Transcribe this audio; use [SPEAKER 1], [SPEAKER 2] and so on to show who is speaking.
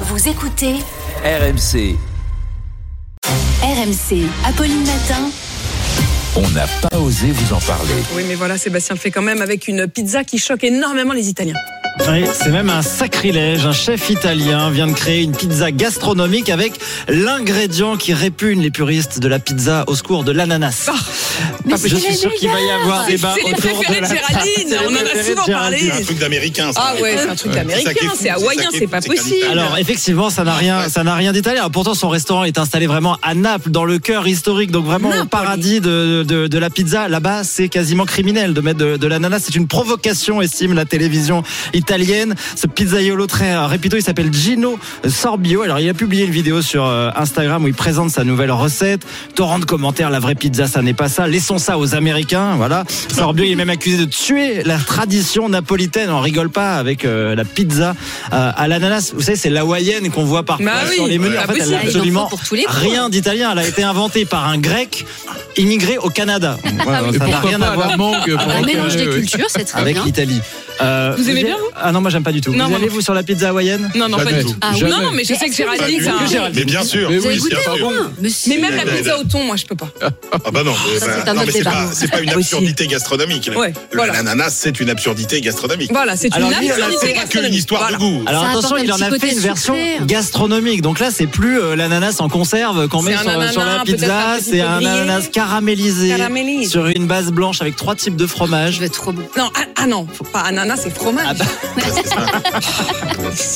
[SPEAKER 1] Vous écoutez
[SPEAKER 2] RMC,
[SPEAKER 1] RMC. Apolline Matin.
[SPEAKER 2] on n'a pas osé vous en parler.
[SPEAKER 3] Oui, mais voilà, Sébastien le fait quand même avec une pizza qui choque énormément les Italiens.
[SPEAKER 4] Oui, c'est même un sacrilège. Un chef italien vient de créer une pizza gastronomique avec l'ingrédient qui répugne les puristes de la pizza au secours de
[SPEAKER 3] Ah.
[SPEAKER 4] l'ananas. Ah, je suis sûr qu'il va y avoir débat
[SPEAKER 3] C'est les
[SPEAKER 4] autour
[SPEAKER 3] préférés
[SPEAKER 4] de
[SPEAKER 3] de
[SPEAKER 4] la
[SPEAKER 3] Géraldine,
[SPEAKER 4] C'est les
[SPEAKER 3] on en a
[SPEAKER 4] préférés de
[SPEAKER 3] souvent parlé.
[SPEAKER 4] Géraldine.
[SPEAKER 5] un truc d'américain. ça.
[SPEAKER 3] Ah ouais, c'est un truc américain,
[SPEAKER 5] ça qui est fou,
[SPEAKER 3] c'est hawaïen,
[SPEAKER 5] ça qui est
[SPEAKER 3] c'est
[SPEAKER 5] fou,
[SPEAKER 3] pas
[SPEAKER 5] c'est qu'en
[SPEAKER 3] possible.
[SPEAKER 5] Italie,
[SPEAKER 4] Alors effectivement, ça n'a rien, ça n'a rien d'italien. Pourtant, son restaurant est installé vraiment à Naples, dans le cœur historique, donc vraiment au
[SPEAKER 3] Napoli.
[SPEAKER 4] paradis de, de, de la pizza. Là-bas, c'est quasiment criminel de mettre de, de l'ananas. C'est une provocation, estime la télévision italienne. Ce pizzaiolo très euh, réputeux, il s'appelle Gino Sorbio. Alors, il a publié une vidéo sur euh, Instagram où il présente sa nouvelle recette. Torrent de commentaires, la vraie pizza, ça n'est pas ça. Laissons ça aux Américains. Voilà. Sorbio, il est même accusé de tuer la tradition napolitaine. On rigole pas avec euh, la pizza euh, à l'ananas. Vous savez, c'est l'hawaïenne qu'on voit parfois
[SPEAKER 3] Bah
[SPEAKER 4] sur
[SPEAKER 3] oui,
[SPEAKER 4] les menus.
[SPEAKER 3] pas
[SPEAKER 4] En fait, elle
[SPEAKER 6] Ah,
[SPEAKER 3] possible.
[SPEAKER 4] n'a
[SPEAKER 3] Il en faut
[SPEAKER 4] absolument
[SPEAKER 6] pour tous les coups.
[SPEAKER 4] rien d'italien. Elle a été inventée par un grec immigré au Canada. Voilà, Ah, ça n'a rien à voir
[SPEAKER 6] Ah Un mélange des cultures, c'est très
[SPEAKER 4] avec
[SPEAKER 6] bien.
[SPEAKER 4] l'Italie. Euh,
[SPEAKER 3] Hein Vous aimez
[SPEAKER 4] y-
[SPEAKER 3] bien, vous
[SPEAKER 4] Ah non, moi j'aime pas du tout.
[SPEAKER 3] Non,
[SPEAKER 4] vous
[SPEAKER 3] moi
[SPEAKER 4] allez
[SPEAKER 3] non
[SPEAKER 4] vous sur la pizza hawaïenne
[SPEAKER 3] Non, non, pas
[SPEAKER 7] Jamais.
[SPEAKER 3] du tout.
[SPEAKER 6] Ah
[SPEAKER 7] Jamais.
[SPEAKER 3] Non, non, mais je sais que Géraldine, c'est un...
[SPEAKER 5] Mais bien sûr.
[SPEAKER 7] Mais
[SPEAKER 6] Vous avez
[SPEAKER 5] oui,
[SPEAKER 6] goûté
[SPEAKER 5] bien
[SPEAKER 6] ou
[SPEAKER 5] sûr.
[SPEAKER 6] pas Monsieur.
[SPEAKER 3] hein. Mais même la
[SPEAKER 5] Mais-
[SPEAKER 3] pizza au thon, moi, je peux pas.
[SPEAKER 5] Ah bah non, mais,
[SPEAKER 6] c'est
[SPEAKER 5] bah,
[SPEAKER 6] un
[SPEAKER 5] non,
[SPEAKER 6] autre
[SPEAKER 5] mais c'est
[SPEAKER 6] débat.
[SPEAKER 5] pas, c'est pas une absurdité gastronomique.
[SPEAKER 3] Ouais, voilà.
[SPEAKER 5] L'ananas, c'est une absurdité gastronomique.
[SPEAKER 3] Voilà, c'est une
[SPEAKER 4] Alors, lui, on a
[SPEAKER 3] absurdité
[SPEAKER 4] fait
[SPEAKER 5] C'est qu'une
[SPEAKER 3] gastronomique.
[SPEAKER 5] histoire de
[SPEAKER 3] Voilà.
[SPEAKER 5] goût.
[SPEAKER 4] Alors
[SPEAKER 6] Ça
[SPEAKER 4] attention,
[SPEAKER 6] apporte un
[SPEAKER 4] il en
[SPEAKER 6] petit
[SPEAKER 4] a
[SPEAKER 6] côté
[SPEAKER 4] fait une version
[SPEAKER 3] hein.
[SPEAKER 6] sucré.
[SPEAKER 4] gastronomique. Donc là, c'est plus euh, l'ananas en conserve qu'on
[SPEAKER 3] C'est
[SPEAKER 4] met
[SPEAKER 3] un
[SPEAKER 4] sur,
[SPEAKER 3] ananas,
[SPEAKER 4] sur la
[SPEAKER 3] peut-être un
[SPEAKER 4] pizza.
[SPEAKER 3] petit
[SPEAKER 4] C'est
[SPEAKER 3] peu
[SPEAKER 4] un
[SPEAKER 3] grillé.
[SPEAKER 4] ananas caramélisé,
[SPEAKER 3] Caramélisé.
[SPEAKER 4] sur une base blanche avec trois types de fromage.
[SPEAKER 6] Je vais être trop bon.
[SPEAKER 3] Non, ah, ah non, faut pas ananas, c'est fromage.
[SPEAKER 4] Ah bah,
[SPEAKER 5] C'est ça.